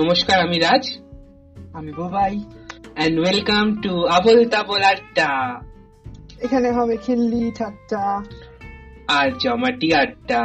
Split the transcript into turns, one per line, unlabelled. নমস্কার আমি রাজ
আমি Bubai
and welcome to Abol Tabol আড্ডা
এখানে হবে খিল্লি ঠাট্টা
আর জমাটি আড্ডা